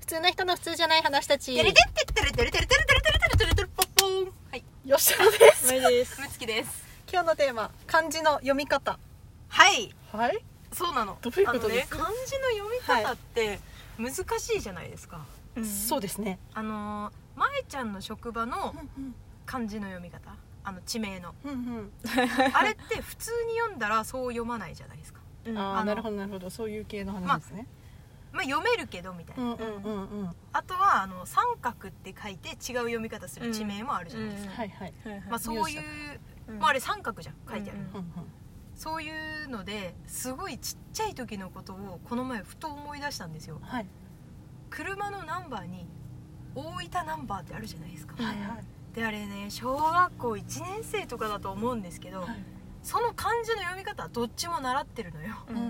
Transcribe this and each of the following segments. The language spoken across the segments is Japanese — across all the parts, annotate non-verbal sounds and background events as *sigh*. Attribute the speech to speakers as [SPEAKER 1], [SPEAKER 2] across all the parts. [SPEAKER 1] 普通な人の普通じゃない話たち
[SPEAKER 2] テレテッテッテレテレテレテレテレテレテレテレポッポーンはい
[SPEAKER 1] 吉野です
[SPEAKER 3] 無理です
[SPEAKER 2] むつきです
[SPEAKER 1] 今日のテーマ漢字の読み方
[SPEAKER 2] はい
[SPEAKER 1] はい
[SPEAKER 2] そうなの
[SPEAKER 1] どういうことです
[SPEAKER 2] あのね、漢字の読み方って難しいじゃないですか、
[SPEAKER 1] そうですね
[SPEAKER 2] あのーまえちゃんの職場の漢字の読み方あの地名の
[SPEAKER 1] うんうん
[SPEAKER 2] あれって普通に読んだらそう読まないじゃないですか
[SPEAKER 3] うん
[SPEAKER 1] あ
[SPEAKER 2] あ
[SPEAKER 1] あ
[SPEAKER 2] の
[SPEAKER 1] なるほどなるほどそういう系の話ですね
[SPEAKER 2] まあ読めるけどみたいな、
[SPEAKER 1] うんうんうんうんは
[SPEAKER 2] あとはあの三角って書いて違う読み方する地名もあるじゃないですか、
[SPEAKER 3] うん
[SPEAKER 1] いはい
[SPEAKER 3] はいはい
[SPEAKER 2] まあ、そういう、
[SPEAKER 3] うん
[SPEAKER 2] まあ、あれ三角じゃん書いてある、
[SPEAKER 3] うん
[SPEAKER 1] うんうん
[SPEAKER 2] そういうのですごいちっちゃい時のことをこの前ふと思い出したんですよ
[SPEAKER 1] はい
[SPEAKER 2] 車のナンバーに大分ナンバーってあるじゃないですか、
[SPEAKER 1] はいはい
[SPEAKER 2] であれね小学校1年生とかだと思うんですけど、
[SPEAKER 1] はい
[SPEAKER 2] その漢字の読み方どっちも習ってるのよ
[SPEAKER 3] うん
[SPEAKER 1] う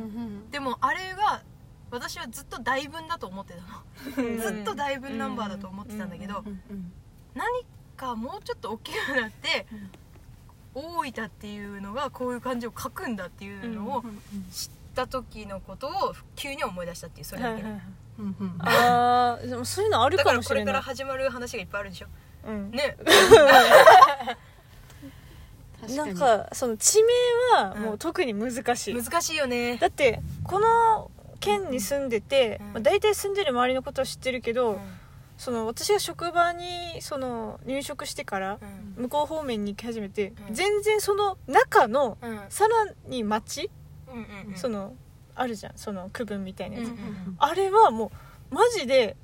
[SPEAKER 1] ん
[SPEAKER 2] でもあれが私はずっと大文だと思ってたの、
[SPEAKER 3] うん
[SPEAKER 2] ずっと大文ナンバーだと思ってたんだけど、
[SPEAKER 1] うんうん
[SPEAKER 2] 何かもうちょっと大きくなって、大分っていうのがこういう漢字を書くんだっていうのを
[SPEAKER 1] うん
[SPEAKER 2] 知った時のことを急に思い出したっていうそれだけ、
[SPEAKER 3] はいはいはい
[SPEAKER 1] うんうん
[SPEAKER 3] あーでもそういうのある
[SPEAKER 2] だ
[SPEAKER 3] か
[SPEAKER 2] から
[SPEAKER 3] も
[SPEAKER 2] こ
[SPEAKER 3] し
[SPEAKER 2] れ
[SPEAKER 3] れ
[SPEAKER 2] か
[SPEAKER 3] な
[SPEAKER 2] ら
[SPEAKER 3] い
[SPEAKER 2] 始まる話がいっぱいあるでしょ
[SPEAKER 3] うん
[SPEAKER 2] ね
[SPEAKER 1] 確
[SPEAKER 3] な
[SPEAKER 1] か
[SPEAKER 3] ん
[SPEAKER 1] に
[SPEAKER 3] かその地名は
[SPEAKER 2] うん
[SPEAKER 3] もう特に難しい、
[SPEAKER 2] 難しいよね
[SPEAKER 3] だってこの県に住んでて、
[SPEAKER 2] うん
[SPEAKER 3] まあ、大体住んでる周りのことは知ってるけど、
[SPEAKER 2] うん
[SPEAKER 3] その私が職場にその入職してから
[SPEAKER 2] うん
[SPEAKER 3] 向こう方面に行き始めて、
[SPEAKER 2] うん
[SPEAKER 3] 全然その中の
[SPEAKER 2] うん
[SPEAKER 3] さらに町、
[SPEAKER 2] うんうん
[SPEAKER 3] そのあるじゃんその区分みたいなやつ、
[SPEAKER 2] うんうん
[SPEAKER 3] あれはもうマジで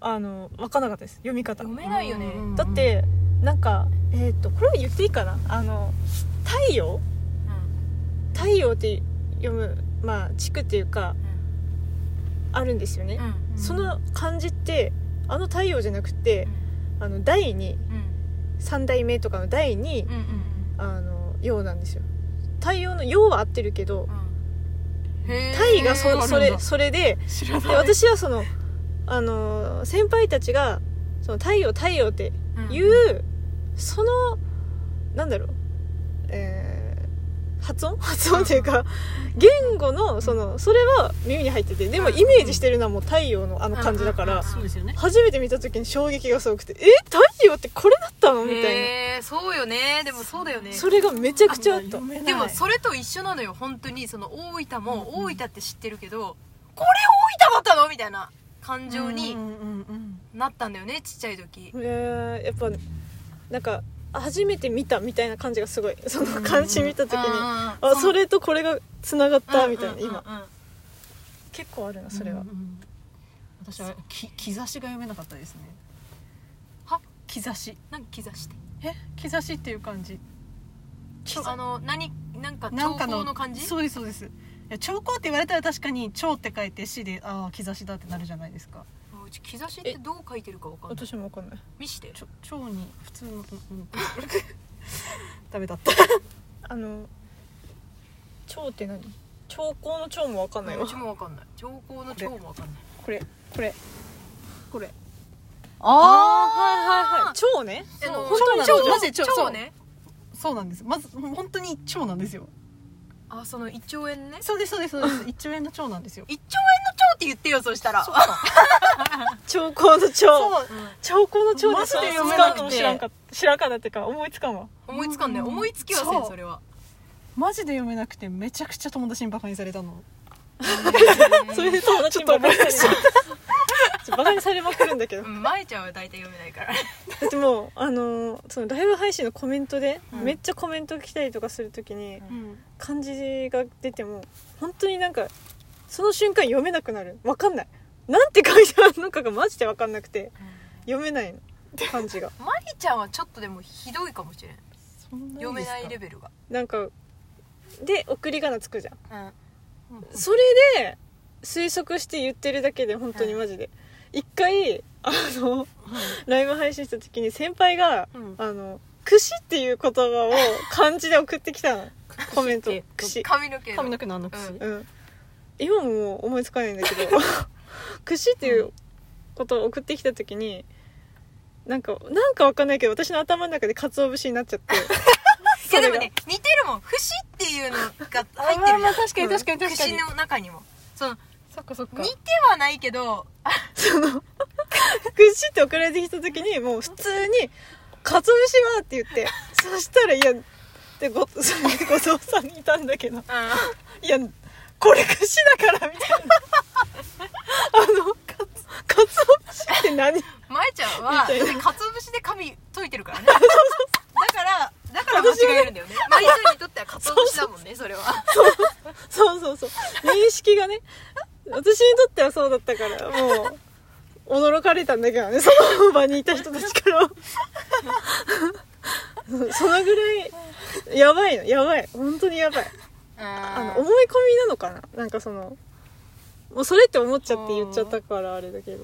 [SPEAKER 3] あの分からなかったです読み方
[SPEAKER 2] 読めないよね
[SPEAKER 1] うんうんうん
[SPEAKER 3] だってなんかえっ、とこれは言っていいかなあの太陽太陽って読むまあ地区っていうかあるんですよね
[SPEAKER 2] うんう、ん
[SPEAKER 3] その漢字ってあの太陽じゃなくてあの代に
[SPEAKER 2] うん
[SPEAKER 3] 三代目とかの代に
[SPEAKER 2] うんうんうん
[SPEAKER 3] あの陽なんですよ太陽の陽は合ってるけど
[SPEAKER 2] うんへー
[SPEAKER 3] 太が
[SPEAKER 2] あるん
[SPEAKER 3] そ
[SPEAKER 2] だ
[SPEAKER 3] それそれで
[SPEAKER 1] 知ら
[SPEAKER 3] で
[SPEAKER 1] ない
[SPEAKER 3] 私はそのあの先輩たちがその太陽太陽って
[SPEAKER 2] うん
[SPEAKER 3] いう、そのなんだろう、えー発音 *laughs* 発音っていうか言語のそのそれは耳に入っててでも
[SPEAKER 2] うん
[SPEAKER 3] イメージしてるのはもう太陽のあの感じだか
[SPEAKER 2] うんうん
[SPEAKER 3] ら
[SPEAKER 1] そうですよね
[SPEAKER 3] 初めて見た時に衝撃がすごくて「え太陽ってこれだったの?」みたい
[SPEAKER 2] へーそうよねでもそうだよね
[SPEAKER 3] なそれがめちゃくちゃあった
[SPEAKER 1] 読めない
[SPEAKER 2] でもそれと一緒なのよ本当にその大分も
[SPEAKER 1] うん
[SPEAKER 2] 大分って知ってるけどこれ大分だったのみたいな感情に
[SPEAKER 1] うんうんうん
[SPEAKER 2] なったんだよねちっちゃい時
[SPEAKER 3] えーやっぱなんか初めて見たみたいな感じがすごいその漢字見た時にあ
[SPEAKER 2] あ
[SPEAKER 3] それとこれがつながったみたいな今
[SPEAKER 2] 今
[SPEAKER 3] 結構ある
[SPEAKER 1] う
[SPEAKER 3] な
[SPEAKER 1] ん
[SPEAKER 3] それは
[SPEAKER 1] うんうん私はき兆しが読めなかったですね
[SPEAKER 2] は
[SPEAKER 1] 兆し
[SPEAKER 2] なんか兆して
[SPEAKER 1] え兆しっていう感じ
[SPEAKER 2] あの何なんか
[SPEAKER 1] なん
[SPEAKER 2] 兆
[SPEAKER 1] か
[SPEAKER 2] 候
[SPEAKER 1] の
[SPEAKER 2] の感じ
[SPEAKER 1] そうですそうですいや兆候って言われたら確かに兆って書いて死でああ兆しだってなるじゃないですか
[SPEAKER 2] あうち兆しってどう書いてるかわかんない
[SPEAKER 3] 私もわかんない
[SPEAKER 2] 見して
[SPEAKER 1] ちょ兆に普通の、 *laughs* うんうん、ダメだった
[SPEAKER 3] あの蝶って何兆候の蝶もわかんないうわ
[SPEAKER 2] ちもわかんない兆候の兆もわかんない
[SPEAKER 3] これこれこれ
[SPEAKER 1] あ
[SPEAKER 3] はいはい蝶ね
[SPEAKER 2] あの
[SPEAKER 1] 本当に
[SPEAKER 2] 兆
[SPEAKER 1] 兆
[SPEAKER 2] 兆
[SPEAKER 1] マジで兆
[SPEAKER 2] 兆ね
[SPEAKER 1] ーそうなんですまず本当に兆なんですよ
[SPEAKER 2] あその一兆円ね
[SPEAKER 1] そうですそうですそうです一兆円の兆なんですよ
[SPEAKER 2] 一兆円の兆って言ってよそしたら
[SPEAKER 1] そうか
[SPEAKER 3] 兆候の蝶
[SPEAKER 1] そう
[SPEAKER 2] うん
[SPEAKER 3] 兆候の蝶
[SPEAKER 1] マジで読め
[SPEAKER 2] なくて
[SPEAKER 3] そう使うかも知らんかった知らんかったっていうか思いつかんわ
[SPEAKER 2] 思いつかんね
[SPEAKER 1] うん
[SPEAKER 2] 思いつきはせん
[SPEAKER 1] そう
[SPEAKER 2] それは
[SPEAKER 1] マジで読めなくてめちゃくちゃ友達にバカにされたの
[SPEAKER 3] それで友達にバカにされ *laughs* るバカにされまくるんだけど
[SPEAKER 2] うんまえちゃんは大体読めないから
[SPEAKER 3] だってもうあのーそのライブ配信のコメントで、
[SPEAKER 2] うん
[SPEAKER 3] めっちゃコメント来たりとかするときに、
[SPEAKER 2] ん
[SPEAKER 3] 漢字が出ても本当になんかその瞬間読めなくなるわかんないなんて書いてあるのかがマジでわかんなくて読めないの漢字が
[SPEAKER 2] まりちゃんはちょっとでもひどいかもしれん
[SPEAKER 1] そんなにですか
[SPEAKER 2] 読めないレベルが
[SPEAKER 3] なんかで送り仮名つくじゃん
[SPEAKER 2] うん
[SPEAKER 1] うん
[SPEAKER 3] それで推測して言ってるだけで本当にマジで一回あのライブ配信した時に先輩が
[SPEAKER 1] うん
[SPEAKER 3] あの「櫛」っていう言葉を漢字で送ってき
[SPEAKER 1] *laughs*
[SPEAKER 3] たのコメント「
[SPEAKER 1] 櫛
[SPEAKER 3] 櫛」
[SPEAKER 2] 髪の毛の
[SPEAKER 1] 髪の毛のあの櫛、
[SPEAKER 2] うん
[SPEAKER 3] うん、今も思いつかないんだ
[SPEAKER 1] *laughs*
[SPEAKER 3] けど「櫛」っていうことを送ってきた時になんかなんかわかんないけど私の頭の中で鰹節になっちゃって
[SPEAKER 2] いやでもね似てるもん節っていうのが入って
[SPEAKER 1] あまあ
[SPEAKER 2] る
[SPEAKER 1] まあ確かに
[SPEAKER 2] うん
[SPEAKER 1] 確かに確かに
[SPEAKER 2] 節の中にもその
[SPEAKER 1] そっかそっ
[SPEAKER 2] 似てはないけど
[SPEAKER 3] そのくじって送られてきた時にもう普通に「かつお節は!」って *laughs* 言ってそしたらいやでご *laughs* 後藤さんいたんだけどいやこれ串だからみ *laughs* たいなあのかつかつお節って何
[SPEAKER 2] まえちゃんは、だっ
[SPEAKER 3] みたいな
[SPEAKER 2] てかつお節で髪解いてるからね。だから、だから間違えるんだよね。まえちゃんにとってはかつお節だもんね、それは。
[SPEAKER 3] そうそうそう認識がね私にとってはそうだったからもう驚かれたんだけどねその場にいた人たちから *laughs* はそのぐらいやばいのやばい本当にやばいあの思い込みなのかななんかそのもうそれって思っちゃって言っちゃったからあれだけど
[SPEAKER 2] い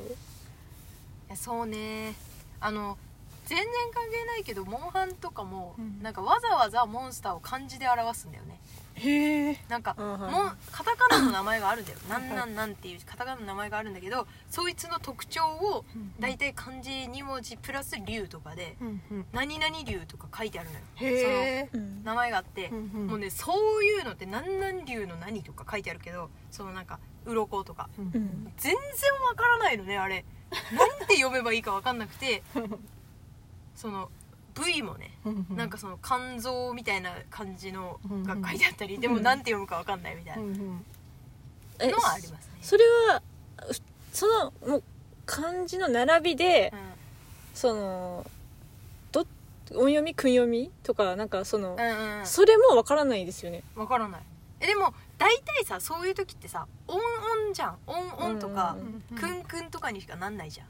[SPEAKER 2] やそうねあの全然関係ないけどモンハンとかも、
[SPEAKER 1] うん
[SPEAKER 2] なんかわざわざモンスターを漢字で表すんだよね
[SPEAKER 1] へえ
[SPEAKER 2] なんか、
[SPEAKER 3] うんうん
[SPEAKER 2] モンカタカナの名前があるんだよなんなんなんっていうカタカナの名前があるんだけどそいつの特徴を大体漢字2文字プラス竜とかで
[SPEAKER 1] うんうん
[SPEAKER 2] 「何々竜」とか書いてあるのよ
[SPEAKER 1] へえ
[SPEAKER 3] うん
[SPEAKER 2] その名前があって、も
[SPEAKER 1] も
[SPEAKER 2] うねそういうのって「何々竜の何」とか書いてあるけどそのなんか鱗とか
[SPEAKER 1] うん
[SPEAKER 3] うん
[SPEAKER 2] 全然わからないのねあれなんて読めばいいかわかんなくてその部位もねなんかその肝臓みたいな感じの
[SPEAKER 1] うん
[SPEAKER 2] が書いてあったりでも
[SPEAKER 3] うん
[SPEAKER 2] なんて読むかわかんないみたい
[SPEAKER 1] うん
[SPEAKER 2] な
[SPEAKER 1] うん
[SPEAKER 3] え
[SPEAKER 2] のはありますね
[SPEAKER 3] それはふそのもう漢字の並びで、そのど音読み訓読みとかなんかその
[SPEAKER 2] う、んうんうん
[SPEAKER 3] それもわからないですよね
[SPEAKER 2] わからないえでも大体さそういう時ってさ「オンオン」じゃん「オンオン」とか
[SPEAKER 3] う
[SPEAKER 1] うん
[SPEAKER 2] 「クンクン」とかにしかなんないじゃん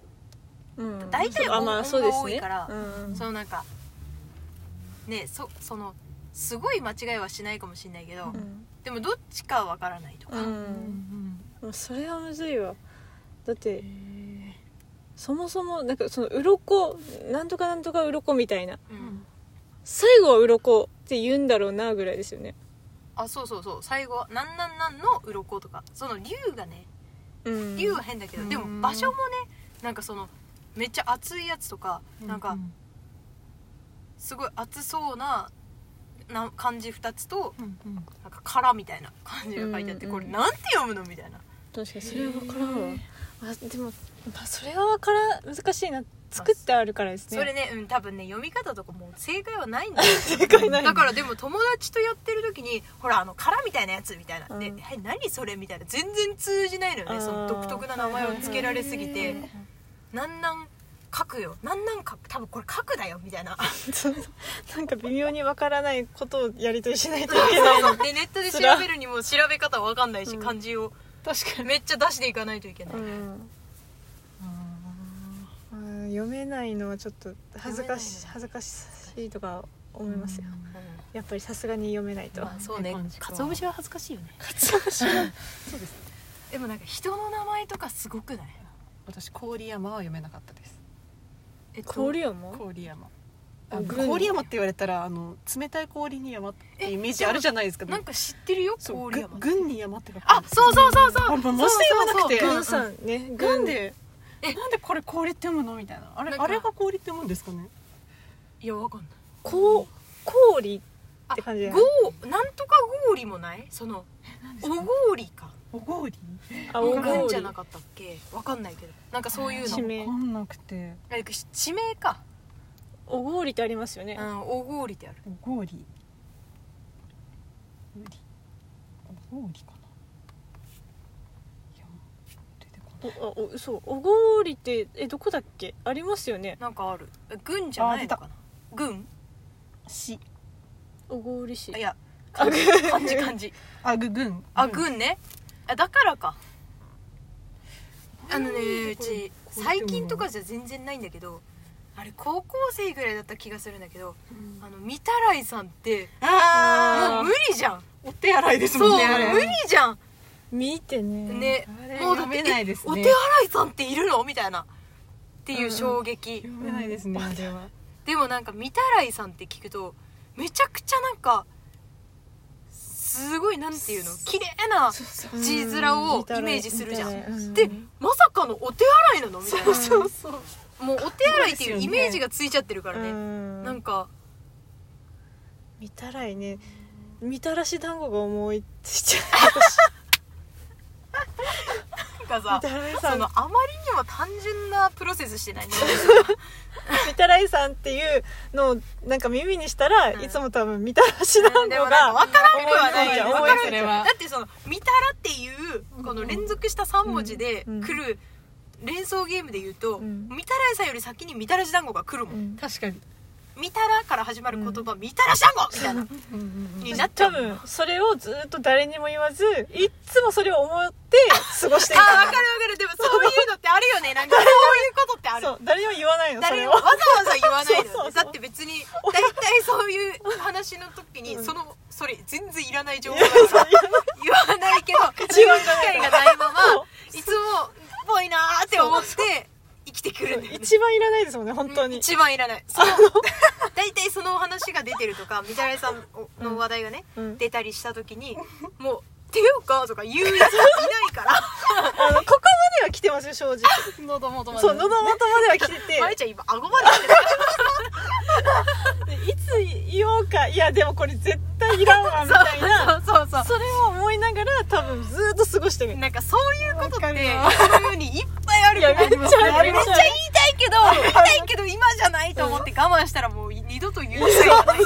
[SPEAKER 3] うん
[SPEAKER 2] 大体
[SPEAKER 3] そうあまあ
[SPEAKER 2] 音
[SPEAKER 3] そうです
[SPEAKER 2] が多い
[SPEAKER 3] ね
[SPEAKER 2] から
[SPEAKER 3] うん
[SPEAKER 2] そのなんかねそそのすごい間違いはしないかもしれないけど
[SPEAKER 3] うん
[SPEAKER 2] でもどっちかわからないとか
[SPEAKER 3] う
[SPEAKER 1] うんん
[SPEAKER 3] もうそれはむずいわだって
[SPEAKER 1] うんへ
[SPEAKER 3] そもそもなんかその鱗なんとかなんとか鱗みたいな
[SPEAKER 2] う
[SPEAKER 1] え
[SPEAKER 2] ん
[SPEAKER 3] 最後は鱗って言うんだろうなぐらいですよね
[SPEAKER 2] あそうそうそう最後は「なんなんなん」の鱗とかその竜がね
[SPEAKER 3] うん
[SPEAKER 2] 竜は変だけど、
[SPEAKER 1] うん
[SPEAKER 2] でも場所もねなんかそのめっちゃ熱いやつとか、なんかすごい熱そうなな漢字2つと
[SPEAKER 1] うんうん
[SPEAKER 2] なんか殻みたいな漢字が書いてあって、
[SPEAKER 3] うん
[SPEAKER 2] これなんて読むのみたいな
[SPEAKER 3] 確かにそれは分からんわ
[SPEAKER 1] へえ
[SPEAKER 3] まあでも、まあ、それは分から難しいな作ってあるからですね
[SPEAKER 2] それね、うん、多分ね読み方とかもう正解はないんだよ
[SPEAKER 3] 正解 *laughs* ない
[SPEAKER 2] だからでも友達とやってる時にほらあの殻みたいなやつみたいな、で
[SPEAKER 3] うん
[SPEAKER 2] え何それみたいな全然通じないのよ
[SPEAKER 3] あ
[SPEAKER 2] ね
[SPEAKER 3] ー
[SPEAKER 2] その独特な名前を付けられすぎ
[SPEAKER 1] はい
[SPEAKER 2] て
[SPEAKER 1] はいはい
[SPEAKER 2] なんなん書くよなんなん書く多分これ書くだよみたいな
[SPEAKER 3] そうなんか微妙にわからないことをやり取りしないといけない
[SPEAKER 2] そうそうでネットで調べるにも調べ方わかんないし
[SPEAKER 3] うん
[SPEAKER 2] 漢字を
[SPEAKER 1] 確かに
[SPEAKER 2] めっちゃ出していかないといけない、
[SPEAKER 3] うんうん読めないのはちょっと恥ずかし恥ずかしいとか思いますよやっぱりさすがに読めないと、
[SPEAKER 2] まあそうね
[SPEAKER 1] 感じか
[SPEAKER 2] 鰹節は恥ずかしいよね
[SPEAKER 1] そうです
[SPEAKER 2] でもなんか人の名前とかすごくない
[SPEAKER 1] 私郡山は読めなかったです
[SPEAKER 2] えっと
[SPEAKER 3] *laughs* 氷よも
[SPEAKER 1] 郡山
[SPEAKER 3] あ
[SPEAKER 1] あの
[SPEAKER 3] グルー
[SPEAKER 1] 郡山って言われたらあの冷たい氷に山ってイメージあるじゃないですか
[SPEAKER 2] なんか知ってるよ
[SPEAKER 1] そう
[SPEAKER 2] 郡山
[SPEAKER 1] ぐ軍に山って書く
[SPEAKER 2] あそうそうそうそ
[SPEAKER 1] あ
[SPEAKER 2] う
[SPEAKER 1] ままして言わなくて
[SPEAKER 2] そうそうそう
[SPEAKER 3] 軍さんね
[SPEAKER 1] な
[SPEAKER 3] 軍
[SPEAKER 1] ん
[SPEAKER 3] で
[SPEAKER 1] で
[SPEAKER 2] え
[SPEAKER 1] なんでこれ氷って読むのみたいなあれ
[SPEAKER 2] なんか
[SPEAKER 1] あれが氷って読むんですかね
[SPEAKER 2] いやわかんない
[SPEAKER 3] こう氷
[SPEAKER 2] あ
[SPEAKER 3] って感じだよね
[SPEAKER 2] ごなんとか氷もないそのお氷か
[SPEAKER 1] お氷
[SPEAKER 3] 青
[SPEAKER 2] お
[SPEAKER 1] ご
[SPEAKER 2] 郡
[SPEAKER 1] り
[SPEAKER 2] じゃ
[SPEAKER 3] 氷
[SPEAKER 2] なかったっけわかんないけどなんかそういうの
[SPEAKER 3] 地
[SPEAKER 1] わ
[SPEAKER 3] 名
[SPEAKER 1] かんなくて
[SPEAKER 2] なんか地名か
[SPEAKER 3] お氷ってありますよね
[SPEAKER 2] う、んお氷ってある
[SPEAKER 1] お氷お氷かないや出てこない
[SPEAKER 3] おあおそうお氷ってえどこだっけありますよね
[SPEAKER 2] なんかある郡じゃないのかな郡
[SPEAKER 1] し
[SPEAKER 3] お氷市
[SPEAKER 2] あいや漢字漢字漢字
[SPEAKER 1] あぐ軍
[SPEAKER 2] あ
[SPEAKER 1] 軍
[SPEAKER 2] 軍ねあだからかあのねうち最近とかじゃ全然ないんだけどあれ高校生ぐらいだった気がするんだけどあの御手洗さんってもう
[SPEAKER 1] あ
[SPEAKER 2] 無理じゃん
[SPEAKER 1] ーお手洗いです
[SPEAKER 2] そう
[SPEAKER 1] もん
[SPEAKER 2] 無
[SPEAKER 1] ねあれ
[SPEAKER 2] 理じゃん
[SPEAKER 3] 見てね
[SPEAKER 2] ね
[SPEAKER 1] あれ
[SPEAKER 2] もうだっ
[SPEAKER 1] 読め
[SPEAKER 2] て
[SPEAKER 1] ないですね
[SPEAKER 2] えお手洗いさんっているのみたいなっていう衝撃
[SPEAKER 1] 読めないですねあれは
[SPEAKER 2] でもなんか御手洗さんって聞くとめちゃくちゃなんかすごいなんていうの綺麗な
[SPEAKER 1] そうそう
[SPEAKER 3] うん
[SPEAKER 2] 字面をイメージするじゃんで
[SPEAKER 3] 見
[SPEAKER 2] まさかのお手洗いなのみたいな
[SPEAKER 1] そうそうそう
[SPEAKER 2] もうお手洗いっていうイメージがついちゃってるか
[SPEAKER 3] た
[SPEAKER 2] ら
[SPEAKER 3] らねう
[SPEAKER 2] ね、
[SPEAKER 3] ん
[SPEAKER 2] なんか
[SPEAKER 3] 見たらいね *laughs* みたらし団子が思いついちゃう
[SPEAKER 2] かさ
[SPEAKER 3] みたらいさん
[SPEAKER 2] そのあまりにも単純なプロセスしてないね
[SPEAKER 3] みたらいさんっていうのをなんか耳にしたら、
[SPEAKER 2] うん
[SPEAKER 3] いつも多分みたらし団
[SPEAKER 2] で
[SPEAKER 3] 子
[SPEAKER 2] もなん
[SPEAKER 3] が
[SPEAKER 2] か分からんくはない
[SPEAKER 3] 思いついちゃう
[SPEAKER 2] 分
[SPEAKER 3] 思
[SPEAKER 2] か
[SPEAKER 3] い
[SPEAKER 2] ら
[SPEAKER 3] ついちゃうん
[SPEAKER 2] くはないだってその「みたら」っていうこの連続した3文字で
[SPEAKER 3] うん
[SPEAKER 2] 来る連想ゲームで言うと、
[SPEAKER 3] うん
[SPEAKER 2] みたらいさんより先にみたらし団子が来るもん、
[SPEAKER 3] うん
[SPEAKER 1] 確かに、
[SPEAKER 2] みたらから始まる言葉、みたらし団子みたいな
[SPEAKER 1] うんうん
[SPEAKER 2] *laughs* になっちゃ
[SPEAKER 3] 多
[SPEAKER 2] う
[SPEAKER 3] 分それをずっと誰にも言わずいっつもそれを思って過ごして *laughs* い
[SPEAKER 2] あーわか
[SPEAKER 3] た
[SPEAKER 2] るわかるでもそういうのってあるよねなんかそういうことってある
[SPEAKER 3] そう誰にも言わないのそ
[SPEAKER 2] 誰
[SPEAKER 3] れ
[SPEAKER 2] に
[SPEAKER 3] を
[SPEAKER 2] もわざわざ言わないで
[SPEAKER 3] そうそうそう
[SPEAKER 2] だって別に大体そういう話の時に、
[SPEAKER 3] うん
[SPEAKER 2] そのそれ全然いらない情
[SPEAKER 3] *laughs*
[SPEAKER 2] 報だから言わないけど自分機会がないまま *laughs* いつもっぽいなーって思って生きてくるんだよね
[SPEAKER 3] 一番いらないですもんね本当に、
[SPEAKER 2] 一番いら
[SPEAKER 3] *laughs*
[SPEAKER 2] ないその大体そのお話が出てるとかみたらいさんの話題がね、
[SPEAKER 3] うん
[SPEAKER 2] 出たりした時にもう「ていうか」とか言うやついないから
[SPEAKER 3] *laughs* あのここまでは来てますよ正直
[SPEAKER 1] うん、喉元まで
[SPEAKER 3] そう喉元までは来てて
[SPEAKER 2] まゆちゃん今顎まで来てた
[SPEAKER 3] いつ言おうかいやでもこれ絶対いらんわ *laughs* みたいな
[SPEAKER 2] そうそうそう
[SPEAKER 3] それを思いながら多分ずっと過ごしてる
[SPEAKER 2] *laughs* なんかそういうことっ
[SPEAKER 3] わか
[SPEAKER 2] て
[SPEAKER 3] るわ
[SPEAKER 2] この世にいっぱいあるよね
[SPEAKER 3] いやめっちゃあ
[SPEAKER 2] め
[SPEAKER 3] る
[SPEAKER 2] っちゃ言いたいけど言いたいけど今じゃないと思って我慢したらもう二度と言うことがない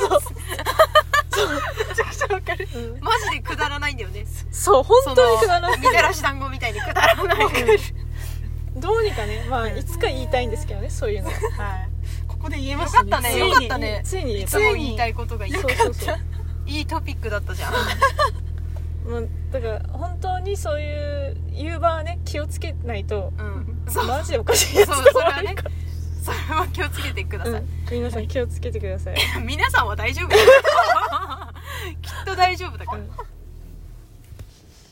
[SPEAKER 3] うん
[SPEAKER 2] マジでくだらないんだよね
[SPEAKER 3] そう本当にくだらない
[SPEAKER 2] みたらし団子みたいにくだらないから
[SPEAKER 3] どうにかねまあいつか言いたいんですけどねそういうのははい
[SPEAKER 1] ここで言えま
[SPEAKER 2] よ
[SPEAKER 1] し
[SPEAKER 2] か
[SPEAKER 1] た
[SPEAKER 2] っ
[SPEAKER 1] ね
[SPEAKER 2] たねよかったね
[SPEAKER 3] ついに言え
[SPEAKER 2] い
[SPEAKER 3] た
[SPEAKER 2] つも言いたいことがいい
[SPEAKER 3] そうそうそう
[SPEAKER 2] いいトピックだったじゃん
[SPEAKER 3] もうだから本当にそういう言う場はね気をつけないと
[SPEAKER 2] うんそう
[SPEAKER 3] マジでおかしいやつ
[SPEAKER 2] そう
[SPEAKER 3] だ
[SPEAKER 2] それ
[SPEAKER 3] から
[SPEAKER 2] はねそれは気をつけてくだ
[SPEAKER 3] う
[SPEAKER 2] さい
[SPEAKER 3] ん、皆さん気をつけてください、
[SPEAKER 2] 皆さんは大丈夫 *laughs* きっと大丈夫だか
[SPEAKER 3] う
[SPEAKER 2] ら
[SPEAKER 3] ん